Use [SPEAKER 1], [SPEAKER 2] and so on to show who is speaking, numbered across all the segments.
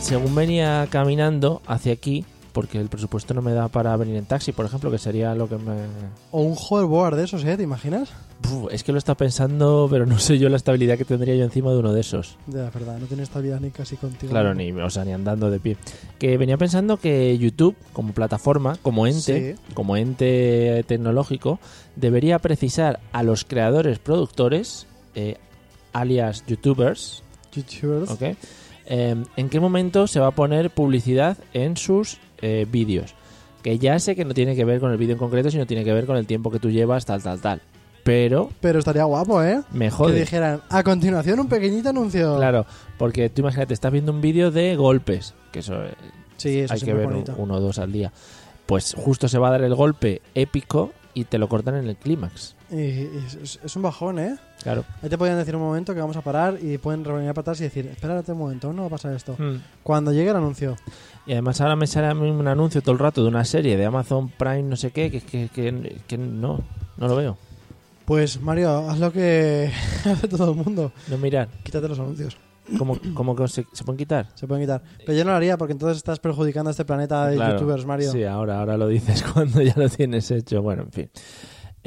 [SPEAKER 1] según venía caminando hacia aquí, porque el presupuesto no me da para venir en taxi, por ejemplo, que sería lo que me...
[SPEAKER 2] O un hoverboard de esos, ¿eh? ¿Te imaginas?
[SPEAKER 1] Uf, es que lo está pensando, pero no sé yo la estabilidad que tendría yo encima de uno de esos.
[SPEAKER 2] Ya, es verdad, no tiene estabilidad ni casi contigo.
[SPEAKER 1] Claro, ni, o sea, ni andando de pie. Que venía pensando que YouTube, como plataforma, como ente, como ente tecnológico, debería precisar a los creadores productores, eh, alias youtubers,
[SPEAKER 2] YouTubers.
[SPEAKER 1] ¿ok? Eh, en qué momento se va a poner publicidad en sus eh, vídeos. Que ya sé que no tiene que ver con el vídeo en concreto, sino tiene que ver con el tiempo que tú llevas, tal, tal, tal. Pero
[SPEAKER 2] Pero estaría guapo, ¿eh?
[SPEAKER 1] me
[SPEAKER 2] Que
[SPEAKER 1] jode.
[SPEAKER 2] dijeran, a continuación un pequeñito anuncio.
[SPEAKER 1] Claro, porque tú imagínate, estás viendo un vídeo de golpes, que eso eh,
[SPEAKER 2] Sí, eso
[SPEAKER 1] hay
[SPEAKER 2] sí,
[SPEAKER 1] que
[SPEAKER 2] muy
[SPEAKER 1] ver un-
[SPEAKER 2] bonito.
[SPEAKER 1] uno o dos al día. Pues justo se va a dar el golpe épico y te lo cortan en el clímax.
[SPEAKER 2] Y- y es, es un bajón, ¿eh?
[SPEAKER 1] Claro.
[SPEAKER 2] Ahí te podían decir un momento que vamos a parar y pueden reunir para atrás y decir, espérate un momento, aún no va a pasar esto. Cuando llegue el anuncio.
[SPEAKER 1] Y además ahora me sale a mí un anuncio todo el rato de una serie de Amazon Prime, no sé qué, que, que, que, que no, no lo veo.
[SPEAKER 2] Pues Mario, haz lo que hace todo el mundo.
[SPEAKER 1] No mirar.
[SPEAKER 2] Quítate los anuncios.
[SPEAKER 1] ¿Cómo, cómo que se, se pueden quitar?
[SPEAKER 2] Se pueden quitar. Pero yo no lo haría porque entonces estás perjudicando a este planeta de
[SPEAKER 1] Claro.
[SPEAKER 2] youtubers, Mario.
[SPEAKER 1] Sí, ahora, ahora lo dices cuando ya lo tienes hecho. Bueno, en fin.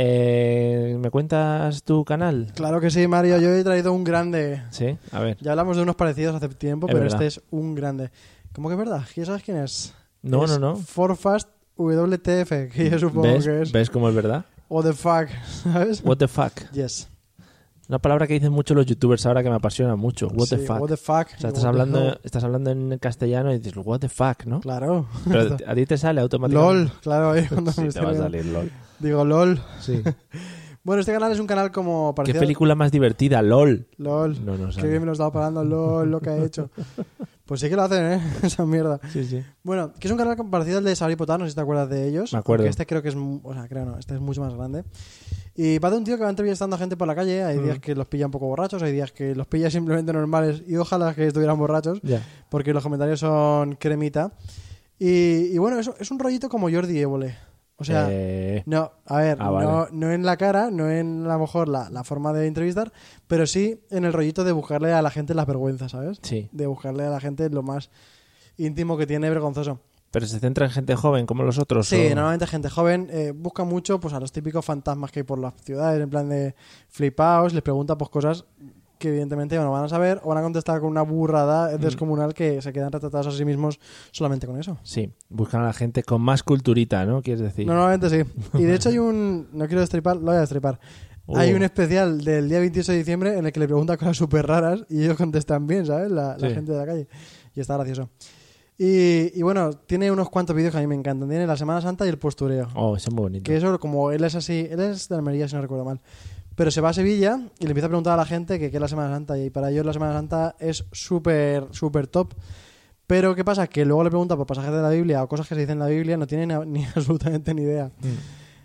[SPEAKER 1] Eh, ¿Me cuentas tu canal?
[SPEAKER 2] Claro que sí, Mario. Yo he traído un grande.
[SPEAKER 1] Sí, a ver.
[SPEAKER 2] Ya hablamos de unos parecidos hace tiempo,
[SPEAKER 1] Es
[SPEAKER 2] pero
[SPEAKER 1] verdad.
[SPEAKER 2] este es un grande. ¿Cómo que es verdad? ¿Ya sabes quién es?
[SPEAKER 1] No,
[SPEAKER 2] Es
[SPEAKER 1] no, no.
[SPEAKER 2] Forfast WTF, que yo supongo
[SPEAKER 1] ¿Ves?
[SPEAKER 2] que es.
[SPEAKER 1] ¿Ves cómo es verdad?
[SPEAKER 2] O the fuck, ¿sabes?
[SPEAKER 1] What the fuck.
[SPEAKER 2] Yes.
[SPEAKER 1] Una palabra que dicen mucho los youtubers ahora que me apasiona mucho. What the
[SPEAKER 2] Sí,
[SPEAKER 1] fuck.
[SPEAKER 2] What the fuck.
[SPEAKER 1] O sea,
[SPEAKER 2] What
[SPEAKER 1] estás
[SPEAKER 2] the
[SPEAKER 1] hablando,
[SPEAKER 2] hell.
[SPEAKER 1] estás hablando en castellano y dices, what the fuck, ¿no?
[SPEAKER 2] Claro.
[SPEAKER 1] Pero a ti te sale
[SPEAKER 2] LOL,
[SPEAKER 1] automáticamente.
[SPEAKER 2] claro. ahí cuando
[SPEAKER 1] Sí,
[SPEAKER 2] me
[SPEAKER 1] te
[SPEAKER 2] estoy
[SPEAKER 1] va a
[SPEAKER 2] viendo.
[SPEAKER 1] salir LOL.
[SPEAKER 2] Digo LOL.
[SPEAKER 1] Sí.
[SPEAKER 2] Bueno, este canal es un canal como
[SPEAKER 1] ¿Qué
[SPEAKER 2] parecido.
[SPEAKER 1] película más divertida? LOL.
[SPEAKER 2] LOL.
[SPEAKER 1] No, no
[SPEAKER 2] Qué
[SPEAKER 1] sale.
[SPEAKER 2] bien me lo estaba parando, LOL, lo que ha hecho. Pues sí que lo hacen, ¿eh? Esa mierda.
[SPEAKER 1] Sí, sí.
[SPEAKER 2] Bueno, que es un canal parecido al de Sabri Potá, no sé si te acuerdas de ellos.
[SPEAKER 1] Me acuerdo.
[SPEAKER 2] Aunque este creo que es. mu- O sea, creo no, este es mucho más grande. Y va de un tío que va entrevistando a gente por la calle. Hay
[SPEAKER 1] Mm.
[SPEAKER 2] días que los pilla un poco borrachos, hay días que los pilla simplemente normales y ojalá que estuvieran borrachos,
[SPEAKER 1] Ya.
[SPEAKER 2] porque los comentarios son cremita. Y, y bueno, es, es un rollito como Jordi Évole. O sea.
[SPEAKER 1] Eh,
[SPEAKER 2] No, a ver,
[SPEAKER 1] Ah, vale.
[SPEAKER 2] no, no en la cara, no en a lo mejor la, la forma de entrevistar, pero sí en el rollito de buscarle a la gente las vergüenzas, ¿sabes?
[SPEAKER 1] sí.
[SPEAKER 2] De buscarle a la gente lo más íntimo que tiene vergonzoso.
[SPEAKER 1] Pero se centra en gente joven como los otros.
[SPEAKER 2] Sí,
[SPEAKER 1] o-
[SPEAKER 2] normalmente gente joven eh, busca mucho pues a los típicos fantasmas que hay por las ciudades, en plan de flipaos, les pregunta pues cosas que evidentemente no van a saber o van a contestar con una burrada descomunal que se quedan retratados a sí mismos solamente con eso.
[SPEAKER 1] Sí, buscan a la gente con más culturita, ¿no? Quieres decir.
[SPEAKER 2] Normalmente sí. Y de hecho hay un... No quiero destripar, lo voy a destripar.
[SPEAKER 1] Uh.
[SPEAKER 2] Hay un especial del día 28 de diciembre en el que le pregunta cosas súper raras y ellos contestan bien, ¿sabes? La, la
[SPEAKER 1] Sí.
[SPEAKER 2] gente de la calle. Y está gracioso. Y, y bueno, tiene unos cuantos vídeos que a mí me encantan. Tiene la Semana Santa y el postureo.
[SPEAKER 1] Oh, eso es muy bonito.
[SPEAKER 2] Que eso, como él es así, él es de Almería, si no recuerdo mal. Pero se va a Sevilla y le empieza a preguntar a la gente que qué es la Semana Santa. Y para ellos la Semana Santa es súper, súper top. Pero ¿qué pasa? Que luego le pregunta por pasajes de la Biblia o cosas que se dicen en la Biblia, no tienen ni, ni absolutamente ni idea.
[SPEAKER 1] Mm.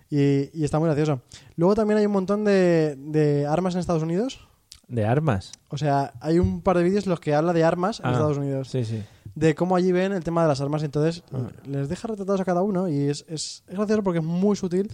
[SPEAKER 2] Y, y está muy gracioso. Luego también hay un montón de, de armas en Estados Unidos.
[SPEAKER 1] De armas.
[SPEAKER 2] O sea, hay un par de vídeos en los que habla de armas en
[SPEAKER 1] Ah,
[SPEAKER 2] Estados Unidos
[SPEAKER 1] Sí, sí.
[SPEAKER 2] de cómo allí ven el tema de las armas. Entonces
[SPEAKER 1] Ah.
[SPEAKER 2] eh, les deja retratados a cada uno y es, es, es gracioso porque es muy sutil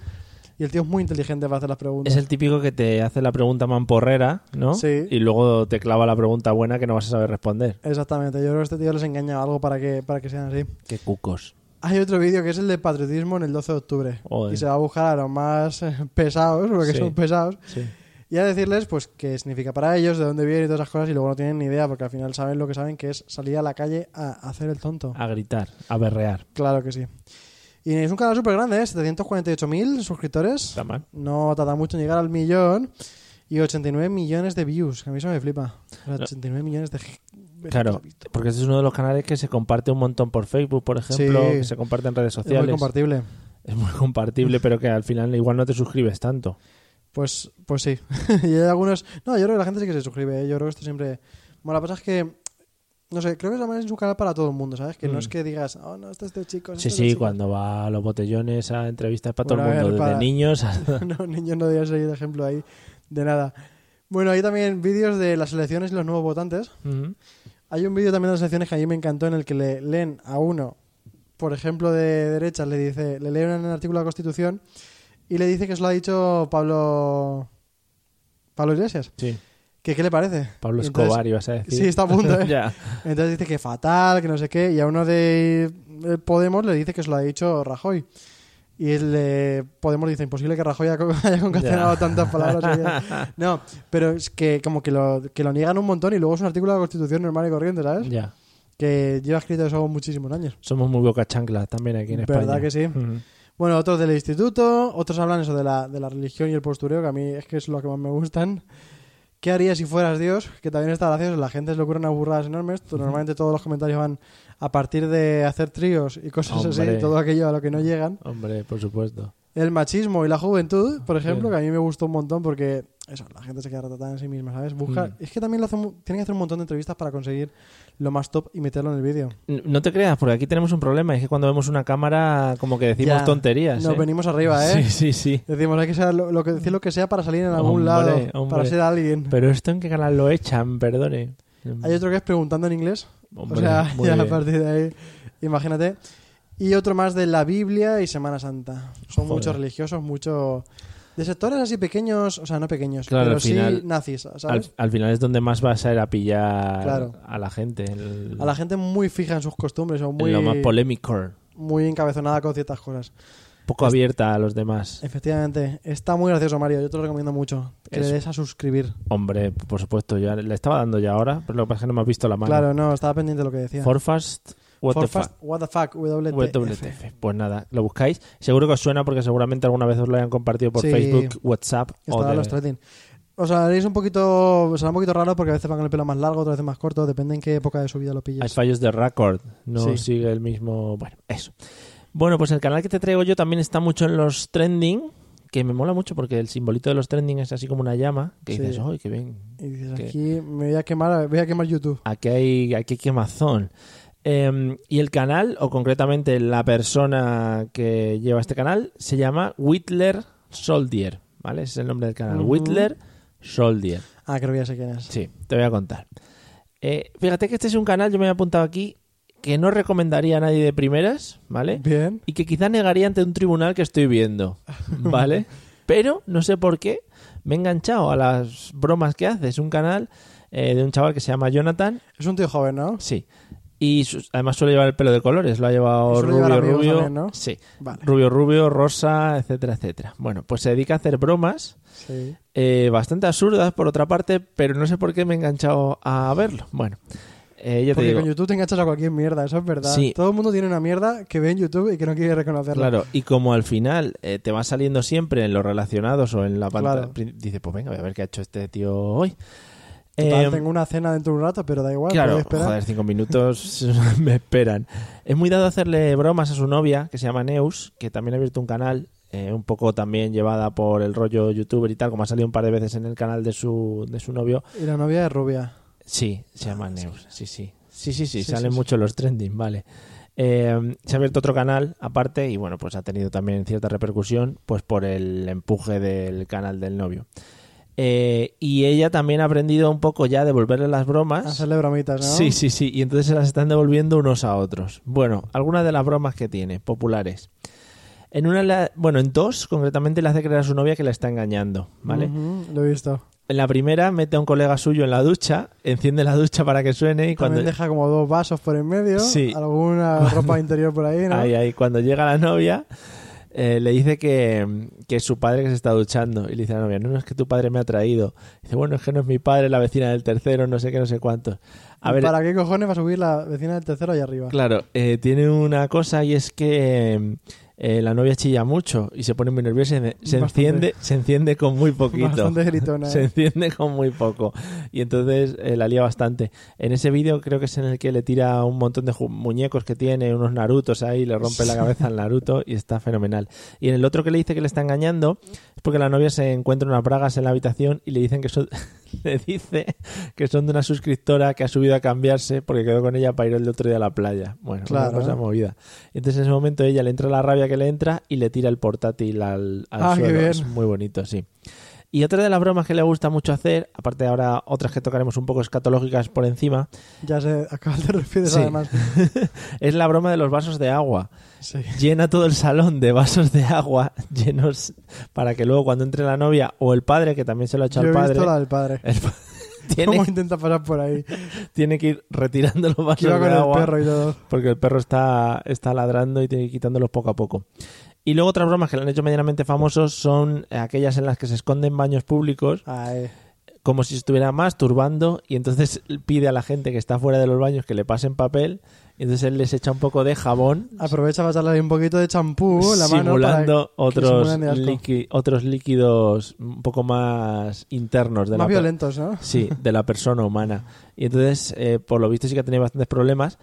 [SPEAKER 2] y el tío es muy inteligente para hacer las preguntas.
[SPEAKER 1] Es el típico que te hace la pregunta mamporrera, ¿no?
[SPEAKER 2] Sí.
[SPEAKER 1] Y luego te clava la pregunta buena que no vas a saber responder.
[SPEAKER 2] Exactamente, yo creo que este tío les engaña algo para que, para que sean así.
[SPEAKER 1] Qué cucos. Oh, eh.
[SPEAKER 2] Hay otro vídeo que es el de patriotismo en el 12 de octubre.
[SPEAKER 1] Joder.
[SPEAKER 2] Y se va a buscar a los más eh, pesados, porque
[SPEAKER 1] Sí.
[SPEAKER 2] son pesados,
[SPEAKER 1] Sí.
[SPEAKER 2] y a decirles pues qué significa para ellos, de dónde vienen y todas esas cosas, y luego no tienen ni idea, porque al final saben lo que saben, que es salir a la calle a hacer el tonto.
[SPEAKER 1] A gritar, a berrear.
[SPEAKER 2] Claro que sí. Y es un canal súper grande, ¿eh? 748.000 suscriptores.
[SPEAKER 1] Está mal.
[SPEAKER 2] No tarda mucho en llegar al millón. Y 89 millones de views, que a mí eso me flipa. O sea,
[SPEAKER 1] No.
[SPEAKER 2] 89 millones de...
[SPEAKER 1] Claro, porque este es uno de los canales que se comparte un montón por Facebook, por ejemplo,
[SPEAKER 2] Sí.
[SPEAKER 1] que se comparte en redes
[SPEAKER 2] Es muy
[SPEAKER 1] sociales.
[SPEAKER 2] compartible.
[SPEAKER 1] Es muy compartible, pero que al final igual no te suscribes tanto.
[SPEAKER 2] Pues, pues sí. y hay algunos... No, yo creo que la gente sí que se suscribe. ¿eh? Yo creo que esto siempre... Bueno, lo que pasa es que... No sé, creo que también es un canal para todo el mundo, ¿sabes? Que
[SPEAKER 1] Mm.
[SPEAKER 2] no es que digas, oh, no, este es de chicos.
[SPEAKER 1] Sí,
[SPEAKER 2] este es de
[SPEAKER 1] sí,
[SPEAKER 2] chicas".
[SPEAKER 1] cuando va a los botellones a entrevistas para todo
[SPEAKER 2] Bueno, a
[SPEAKER 1] el mundo,
[SPEAKER 2] ver,
[SPEAKER 1] desde
[SPEAKER 2] para-
[SPEAKER 1] niños hasta...
[SPEAKER 2] No, niños, no debería seguir de ejemplo ahí de nada. Bueno, hay también vídeos de las elecciones y los nuevos votantes.
[SPEAKER 1] Ujú.
[SPEAKER 2] Hay un vídeo también de las elecciones que a mí me encantó en el que le leen a uno, por ejemplo, de derechas, le dice, le leen un artículo de la Constitución y le dice que eso lo ha dicho Pablo Pablo Iglesias,
[SPEAKER 1] Sí.
[SPEAKER 2] que qué le parece.
[SPEAKER 1] Pablo
[SPEAKER 2] Y entonces-
[SPEAKER 1] Escobar, ibas a decir.
[SPEAKER 2] Sí, está a punto, ¿eh?
[SPEAKER 1] ya.
[SPEAKER 2] Entonces dice que fatal, que no sé qué, y a uno de eh, Podemos le dice que se lo ha dicho Rajoy. Y el de Podemos dice, imposible que Rajoy haya co- haya concatenado
[SPEAKER 1] Ya.
[SPEAKER 2] tantas palabras. seguidas". no, pero es que como que lo, que lo niegan un montón y luego es un artículo de la Constitución normal y corriente, ¿sabes?
[SPEAKER 1] ya.
[SPEAKER 2] Que lleva escrito eso muchísimos años.
[SPEAKER 1] Somos muy boca chancla también aquí en España.
[SPEAKER 2] ¿Verdad que sí?
[SPEAKER 1] Ujú.
[SPEAKER 2] Bueno, otros del instituto, otros hablan eso de la, de la religión y el postureo, que a mí es que es lo que más me gustan. ¿Qué harías si fueras Dios? Que también está gracioso, la gente se le ocurren unas burradas enormes. Tú- Normalmente todos los comentarios van a partir de hacer tríos y cosas
[SPEAKER 1] Hombre.
[SPEAKER 2] así, todo aquello a lo que no llegan.
[SPEAKER 1] Hombre, por supuesto.
[SPEAKER 2] El machismo y la juventud, por ejemplo,
[SPEAKER 1] Sí.
[SPEAKER 2] que a mí me gustó un montón porque eso, la gente se queda retratada en sí misma, ¿sabes? Busca,
[SPEAKER 1] Mm.
[SPEAKER 2] Es que también lo hacen mu- tienen que hacer un montón de entrevistas para conseguir lo más top y meterlo en el vídeo.
[SPEAKER 1] N- No te creas, porque aquí tenemos un problema. Es que cuando vemos una cámara, como que decimos
[SPEAKER 2] Ya.
[SPEAKER 1] tonterías.
[SPEAKER 2] Nos
[SPEAKER 1] ¿eh?
[SPEAKER 2] venimos arriba, ¿eh?
[SPEAKER 1] Sí, sí, sí.
[SPEAKER 2] Decimos, hay que ser lo, lo que, decir lo que sea para salir en algún
[SPEAKER 1] Hombre,
[SPEAKER 2] lado,
[SPEAKER 1] hombre.
[SPEAKER 2] para ser alguien.
[SPEAKER 1] Pero esto en qué canal lo echan, perdone.
[SPEAKER 2] Hay otro que es preguntando en inglés.
[SPEAKER 1] Hombre,
[SPEAKER 2] o sea,
[SPEAKER 1] muy
[SPEAKER 2] ya a
[SPEAKER 1] bien.
[SPEAKER 2] partir de ahí, imagínate. Y otro más de la Biblia y Semana Santa. Son
[SPEAKER 1] Joder.
[SPEAKER 2] muchos religiosos, mucho... De sectores así pequeños, o sea, no pequeños,
[SPEAKER 1] Claro,
[SPEAKER 2] pero
[SPEAKER 1] al
[SPEAKER 2] sí
[SPEAKER 1] final-
[SPEAKER 2] nazis, ¿sabes?
[SPEAKER 1] Al, al final es donde más vas a ir a pillar
[SPEAKER 2] Claro.
[SPEAKER 1] a la gente. el-
[SPEAKER 2] A la gente muy fija en sus costumbres o
[SPEAKER 1] en
[SPEAKER 2] muy,
[SPEAKER 1] lo más polémico.
[SPEAKER 2] muy encabezonada con ciertas cosas.
[SPEAKER 1] Poco abierta a los demás.
[SPEAKER 2] Efectivamente, está muy gracioso, Mario. Yo te lo recomiendo mucho. Que
[SPEAKER 1] Es-
[SPEAKER 2] le des a suscribir.
[SPEAKER 1] Hombre, por supuesto, yo le estaba dando ya ahora, pero lo que pasa es que no me has visto la mano.
[SPEAKER 2] Claro, no, estaba pendiente de lo que decía.
[SPEAKER 1] Forfast, what the
[SPEAKER 2] Forfast, what the fuck,
[SPEAKER 1] fuck,
[SPEAKER 2] WTF.
[SPEAKER 1] WTF. Pues nada, lo buscáis. Seguro que os suena porque seguramente alguna vez os lo hayan compartido por
[SPEAKER 2] Sí.
[SPEAKER 1] Facebook, WhatsApp o
[SPEAKER 2] Estarán
[SPEAKER 1] de-
[SPEAKER 2] los trending. Os haréis un poquito, será un poquito raro porque a veces van con el pelo más largo, otras veces más corto, depende en qué época de su vida lo
[SPEAKER 1] Hay
[SPEAKER 2] pilles.
[SPEAKER 1] fallos de record, no
[SPEAKER 2] Sí.
[SPEAKER 1] sigue el mismo. Bueno, eso. Bueno, pues el canal que te traigo yo también está mucho en los trending, que me mola mucho porque el simbolito de los trending es así como una llama, que
[SPEAKER 2] Sí.
[SPEAKER 1] dices, ¡ay, qué bien!
[SPEAKER 2] Y dices,
[SPEAKER 1] ¿Qué?
[SPEAKER 2] aquí me voy a quemar, voy a quemar YouTube.
[SPEAKER 1] Aquí hay, aquí hay quemazón. Eh, y el canal, o concretamente la persona que lleva este canal, se llama Whitler Soldier, ¿vale? Ese es el nombre del canal,
[SPEAKER 2] Ujú.
[SPEAKER 1] Whitler Soldier.
[SPEAKER 2] Ah, creo que ya sé quién es.
[SPEAKER 1] Sí, te voy a contar. Eh, fíjate que este es un canal, yo me he apuntado aquí, que no recomendaría a nadie de primeras, ¿vale?
[SPEAKER 2] Bien.
[SPEAKER 1] Y que quizá negaría ante un tribunal que estoy viendo, ¿vale? Pero no sé por qué me he enganchado a las bromas que hace. Es un canal eh, de un chaval que se llama Jonathan,
[SPEAKER 2] Es un tío joven, ¿no?
[SPEAKER 1] sí. Y sus- además suele llevar el pelo de colores, lo ha llevado
[SPEAKER 2] Y suele llevar
[SPEAKER 1] rubio,
[SPEAKER 2] amigos
[SPEAKER 1] rubio.
[SPEAKER 2] también, ¿no?
[SPEAKER 1] Sí,
[SPEAKER 2] Vale.
[SPEAKER 1] rubio, rubio, rosa, etcétera, etcétera. Bueno, pues se dedica a hacer bromas
[SPEAKER 2] Sí.
[SPEAKER 1] eh, bastante absurdas por otra parte, pero no sé por qué me he enganchado a verlo. Bueno, eh, ya te
[SPEAKER 2] Porque
[SPEAKER 1] digo.
[SPEAKER 2] con YouTube te enganchas a cualquier mierda, eso es verdad.
[SPEAKER 1] Sí.
[SPEAKER 2] Todo el mundo tiene una mierda que ve en YouTube y que no quiere reconocerla.
[SPEAKER 1] Claro, y como al final eh, te va saliendo siempre en los relacionados o en la pantalla,
[SPEAKER 2] Claro.
[SPEAKER 1] pri- dice, pues venga, voy a ver qué ha hecho este tío hoy.
[SPEAKER 2] Total,
[SPEAKER 1] Eh,
[SPEAKER 2] tengo una cena dentro de un rato, pero da igual,
[SPEAKER 1] claro,
[SPEAKER 2] puedes Ah, esperar.
[SPEAKER 1] joder, cinco minutos me esperan. Es muy dado hacerle bromas a su novia, que se llama Neus, que también ha abierto un canal, eh, un poco también llevada por el rollo youtuber y tal, como ha salido un par de veces en el canal de su, de su novio.
[SPEAKER 2] Y la novia es rubia.
[SPEAKER 1] Sí, se llama Neus, sí, sí. Sí, sí, sí,
[SPEAKER 2] Ah, Sí,
[SPEAKER 1] salen
[SPEAKER 2] sí, sí.
[SPEAKER 1] mucho los trending, vale. Eh, se ha abierto otro canal aparte y bueno, pues ha tenido también cierta repercusión pues por el empuje del canal del novio. Eh, y ella también ha aprendido un poco ya a devolverle las bromas.
[SPEAKER 2] Hacerle bromitas, ¿no?
[SPEAKER 1] ¿Ah? Sí, sí, sí. Y entonces se las están devolviendo unos a otros. Bueno, algunas de las bromas que tiene, populares. En una, la- bueno, en dos, concretamente le hace creer a su novia que la está engañando, ¿vale?
[SPEAKER 2] Ujú, lo he visto.
[SPEAKER 1] En la primera mete a un colega suyo en la ducha, enciende la ducha para que suene y cuando,
[SPEAKER 2] También deja como dos vasos por en medio,
[SPEAKER 1] Sí.
[SPEAKER 2] alguna ropa interior por ahí, ¿no?
[SPEAKER 1] ahí, ahí, cuando llega la novia eh, le dice que, que es su padre que se está duchando y le dice a la novia, no, no es que tu padre me ha traído. Dice, bueno, es que no es mi padre, la vecina del tercero, no sé qué, no sé cuántos. A
[SPEAKER 2] ¿Y
[SPEAKER 1] ver,
[SPEAKER 2] ¿Para qué cojones va a subir la vecina del tercero ahí arriba?
[SPEAKER 1] claro, eh, tiene una cosa y es que eh, la novia chilla mucho y se pone muy nerviosa y se- se,
[SPEAKER 2] Bastante.
[SPEAKER 1] enciende, se enciende con muy poquito.
[SPEAKER 2] Bastante gritona. ¿eh?
[SPEAKER 1] se enciende con muy poco y entonces eh, la lía bastante. En ese vídeo creo que es en el que le tira un montón de ju- muñecos que tiene, unos Narutos ahí, le rompe la cabeza al Naruto y está fenomenal. Y en el otro que le dice que le está engañando es porque la novia se encuentra unas bragas en la habitación y le dicen que son, le dice que son de una suscriptora que ha subido a cambiarse porque quedó con ella para ir el otro día a la playa. Bueno,
[SPEAKER 2] Claro.
[SPEAKER 1] una cosa movida. Entonces en ese momento ella le entra la rabia que le entra y le tira el portátil al, al
[SPEAKER 2] Ah, qué
[SPEAKER 1] suelo.
[SPEAKER 2] bien.
[SPEAKER 1] Es muy bonito, sí. Y otra de las bromas que le gusta mucho hacer, aparte de ahora otras que tocaremos un poco escatológicas por encima,
[SPEAKER 2] Ya se acaba de refieres
[SPEAKER 1] Sí.
[SPEAKER 2] además.
[SPEAKER 1] es la broma de los vasos de agua.
[SPEAKER 2] Sí.
[SPEAKER 1] Llena todo el salón de vasos de agua llenos para que luego cuando entre la novia o el padre, que también se lo ha hecho
[SPEAKER 2] Yo he
[SPEAKER 1] al padre,
[SPEAKER 2] visto la del padre.
[SPEAKER 1] el, pa- tiene,
[SPEAKER 2] ¿Cómo intenta pasar por ahí?
[SPEAKER 1] tiene que ir retirando los
[SPEAKER 2] Que va
[SPEAKER 1] vasos
[SPEAKER 2] con
[SPEAKER 1] de
[SPEAKER 2] el
[SPEAKER 1] agua.
[SPEAKER 2] perro y todo.
[SPEAKER 1] Porque el perro está, está ladrando y tiene que ir quitándolos poco a poco. Y luego otras bromas que le han hecho medianamente famosos son aquellas en las que se esconden baños públicos
[SPEAKER 2] Ay,
[SPEAKER 1] como si estuviera masturbando y entonces pide a la gente que está fuera de los baños que le pasen papel y entonces él les echa un poco de jabón
[SPEAKER 2] aprovecha para echarle un poquito de champú en Uh, la mano. para
[SPEAKER 1] simulando otros,
[SPEAKER 2] simulen de asco.
[SPEAKER 1] líqui- otros líquidos un poco más internos de
[SPEAKER 2] Más
[SPEAKER 1] la per-
[SPEAKER 2] violentos, ¿no?
[SPEAKER 1] Sí, de la persona humana. Y entonces, eh, por lo visto, sí que ha tenido bastantes problemas.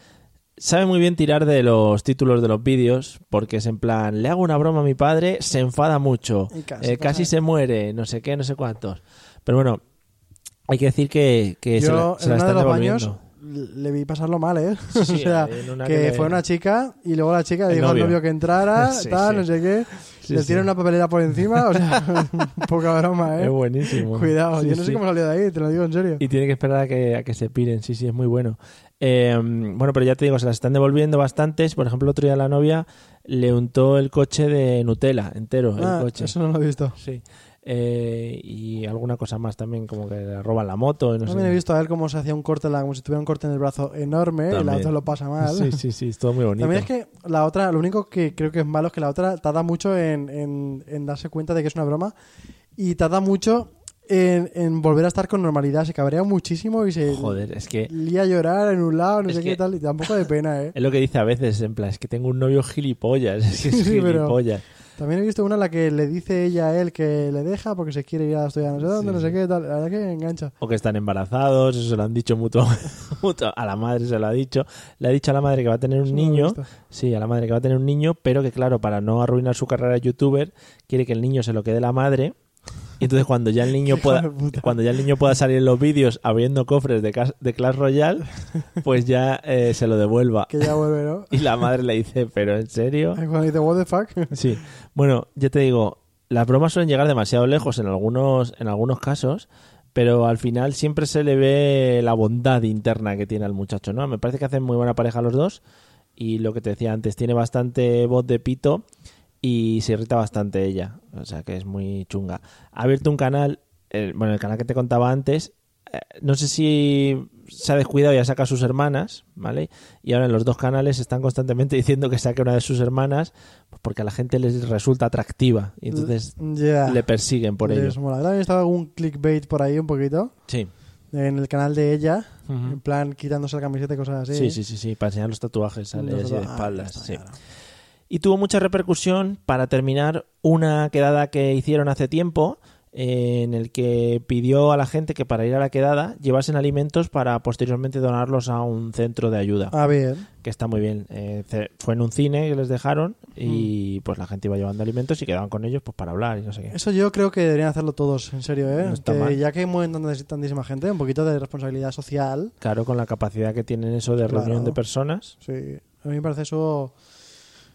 [SPEAKER 1] Sabe muy bien tirar de los títulos de los vídeos, porque es en plan, le hago una broma a mi padre, se enfada mucho,
[SPEAKER 2] Y
[SPEAKER 1] eh,
[SPEAKER 2] casi
[SPEAKER 1] casi,
[SPEAKER 2] pasa de-
[SPEAKER 1] se muere, no sé qué, no sé cuántos. Pero bueno, hay que decir que, que se la,
[SPEAKER 2] Yo
[SPEAKER 1] se la
[SPEAKER 2] en uno de
[SPEAKER 1] están
[SPEAKER 2] los
[SPEAKER 1] devolviendo.
[SPEAKER 2] baños le vi pasarlo mal, ¿eh? o
[SPEAKER 1] Sí,
[SPEAKER 2] sea,
[SPEAKER 1] en una
[SPEAKER 2] que
[SPEAKER 1] que le-
[SPEAKER 2] fue una chica y luego la chica le
[SPEAKER 1] El
[SPEAKER 2] dijo
[SPEAKER 1] novio.
[SPEAKER 2] al novio que entrara,
[SPEAKER 1] Sí,
[SPEAKER 2] tal,
[SPEAKER 1] sí.
[SPEAKER 2] no sé qué.
[SPEAKER 1] Sí,
[SPEAKER 2] le
[SPEAKER 1] sí.
[SPEAKER 2] tiran una papelera por encima, o sea, poca broma,
[SPEAKER 1] Es
[SPEAKER 2] ¿eh?
[SPEAKER 1] buenísimo.
[SPEAKER 2] Cuidado,
[SPEAKER 1] Sí,
[SPEAKER 2] yo no sé
[SPEAKER 1] sí.
[SPEAKER 2] cómo salió de ahí, te lo digo en serio.
[SPEAKER 1] Y tiene que esperar a que, a que se piren, sí, sí, es muy bueno. Eh, bueno, pero ya te digo, se las están devolviendo bastantes. Por ejemplo, otro día la novia le untó el coche de Nutella entero,
[SPEAKER 2] Ah,
[SPEAKER 1] el coche.
[SPEAKER 2] Eso no lo he visto.
[SPEAKER 1] Sí. Eh, y alguna cosa más también, como que le roban la moto. y No
[SPEAKER 2] También
[SPEAKER 1] sé.
[SPEAKER 2] he visto a él cómo se hacía un corte, en la- como si tuviera un corte en el brazo enorme y la
[SPEAKER 1] También.
[SPEAKER 2] otra lo pasa mal.
[SPEAKER 1] Sí, sí, sí, es todo muy bonito.
[SPEAKER 2] También es que la otra, lo único que creo que es malo es que la otra tarda mucho en, en- en darse cuenta de que es una broma y tarda mucho en, en volver a estar con normalidad. Se cabrea muchísimo y se
[SPEAKER 1] Joder, es que
[SPEAKER 2] lía a llorar en un lado, no
[SPEAKER 1] Es
[SPEAKER 2] sé qué
[SPEAKER 1] que-
[SPEAKER 2] tal. Y tampoco de pena, ¿eh?
[SPEAKER 1] es lo que dice a veces, en plan, es que tengo un novio gilipollas. Es que es
[SPEAKER 2] Sí, pero-
[SPEAKER 1] gilipollas.
[SPEAKER 2] También he visto una en la que le dice ella a él que le deja porque se quiere ir a estudiar no sé dónde,
[SPEAKER 1] Sí.
[SPEAKER 2] no sé qué tal. La verdad que engancha.
[SPEAKER 1] O que están embarazados, eso se lo han dicho mutuo, mutuo- A la madre se lo ha dicho. Le ha dicho a la madre que va a tener
[SPEAKER 2] Eso
[SPEAKER 1] un
[SPEAKER 2] no lo he
[SPEAKER 1] niño.
[SPEAKER 2] visto.
[SPEAKER 1] Sí, a la madre que va a tener un niño, pero que claro, para no arruinar su carrera de youtuber, quiere que el niño se lo quede la madre. Y entonces cuando ya el niño
[SPEAKER 2] Hijo de
[SPEAKER 1] pueda
[SPEAKER 2] puta.
[SPEAKER 1] cuando ya el niño pueda salir en los vídeos abriendo cofres de, cas- de Clash Royale, pues ya eh, se lo devuelva.
[SPEAKER 2] Que ya vuelve, ¿no?
[SPEAKER 1] Y la madre le dice, "¿Pero en serio?"
[SPEAKER 2] Cuando dice, what the fuck.
[SPEAKER 1] Sí. Bueno, ya te digo, las bromas suelen llegar demasiado lejos en algunos en algunos casos. Pero al final siempre se le ve la bondad interna que tiene al muchacho, ¿no? Me parece que hacen muy buena pareja los dos y lo que te decía antes, tiene bastante voz de pito y se irrita bastante ella, o sea que es muy chunga. Ha abierto un canal, el- bueno, el canal que te contaba antes, eh, no sé si se ha descuidado y ha sacado a sus hermanas, ¿vale? Y ahora en los dos canales están constantemente diciendo que saque una de sus hermanas pues porque a la gente les resulta atractiva y entonces
[SPEAKER 2] Ya.
[SPEAKER 1] le persiguen por
[SPEAKER 2] Ah. Les
[SPEAKER 1] ello.
[SPEAKER 2] mola. También estaba algún clickbait por ahí un poquito.
[SPEAKER 1] Sí.
[SPEAKER 2] En el canal de ella.
[SPEAKER 1] Ujú.
[SPEAKER 2] En plan, quitándose la camiseta y cosas así.
[SPEAKER 1] Sí, sí, sí, sí, para enseñar los tatuajes, sale
[SPEAKER 2] Los
[SPEAKER 1] así de
[SPEAKER 2] dos- ah,
[SPEAKER 1] espaldas.
[SPEAKER 2] ya está,
[SPEAKER 1] sí.
[SPEAKER 2] claro.
[SPEAKER 1] Y tuvo mucha repercusión para terminar una quedada que hicieron hace tiempo eh, en el que pidió a la gente que para ir a la quedada llevasen alimentos para posteriormente donarlos a un centro de ayuda,
[SPEAKER 2] Ah, bien.
[SPEAKER 1] que está muy bien. Eh, ce- fue en un cine que les dejaron y pues la gente iba llevando alimentos y quedaban con ellos pues para hablar y no sé qué.
[SPEAKER 2] Eso yo creo que deberían hacerlo todos, en serio, ¿eh?
[SPEAKER 1] No está
[SPEAKER 2] Que
[SPEAKER 1] mal.
[SPEAKER 2] ya que mueven tantas- tantísima gente, un poquito de responsabilidad social.
[SPEAKER 1] Claro, con la capacidad que tienen eso de
[SPEAKER 2] Claro.
[SPEAKER 1] reunión de personas.
[SPEAKER 2] Sí. A mí me parece eso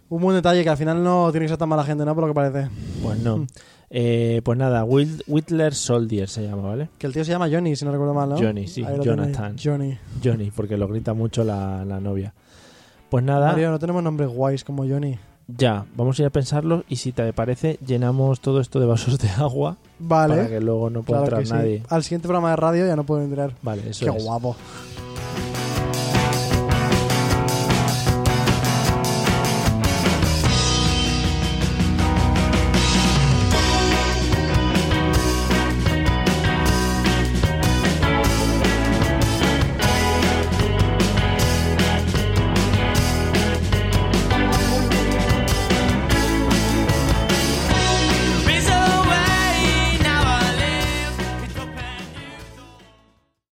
[SPEAKER 2] un buen detalle que al final no tiene que ser tan mala gente, ¿no? Por lo que parece.
[SPEAKER 1] Pues no. Eh, pues nada, Wild- Whitler Soldier se llama, ¿vale?
[SPEAKER 2] Que el tío se llama Johnny, si no recuerdo mal, ¿no?
[SPEAKER 1] Johnny, sí,
[SPEAKER 2] Ahí lo tenéis.
[SPEAKER 1] Jonathan.
[SPEAKER 2] Johnny.
[SPEAKER 1] Johnny, porque lo grita mucho la, la novia. Pues nada,
[SPEAKER 2] Mario, no tenemos nombres guays como Johnny.
[SPEAKER 1] ya, vamos a ir a pensarlo y si te parece, llenamos todo esto de vasos de agua para
[SPEAKER 2] Vale.
[SPEAKER 1] que luego no pueda
[SPEAKER 2] Claro que
[SPEAKER 1] entrar nadie.
[SPEAKER 2] sí. Al siguiente programa de radio ya no puedo entrar.
[SPEAKER 1] Vale, eso
[SPEAKER 2] Qué
[SPEAKER 1] es.
[SPEAKER 2] guapo.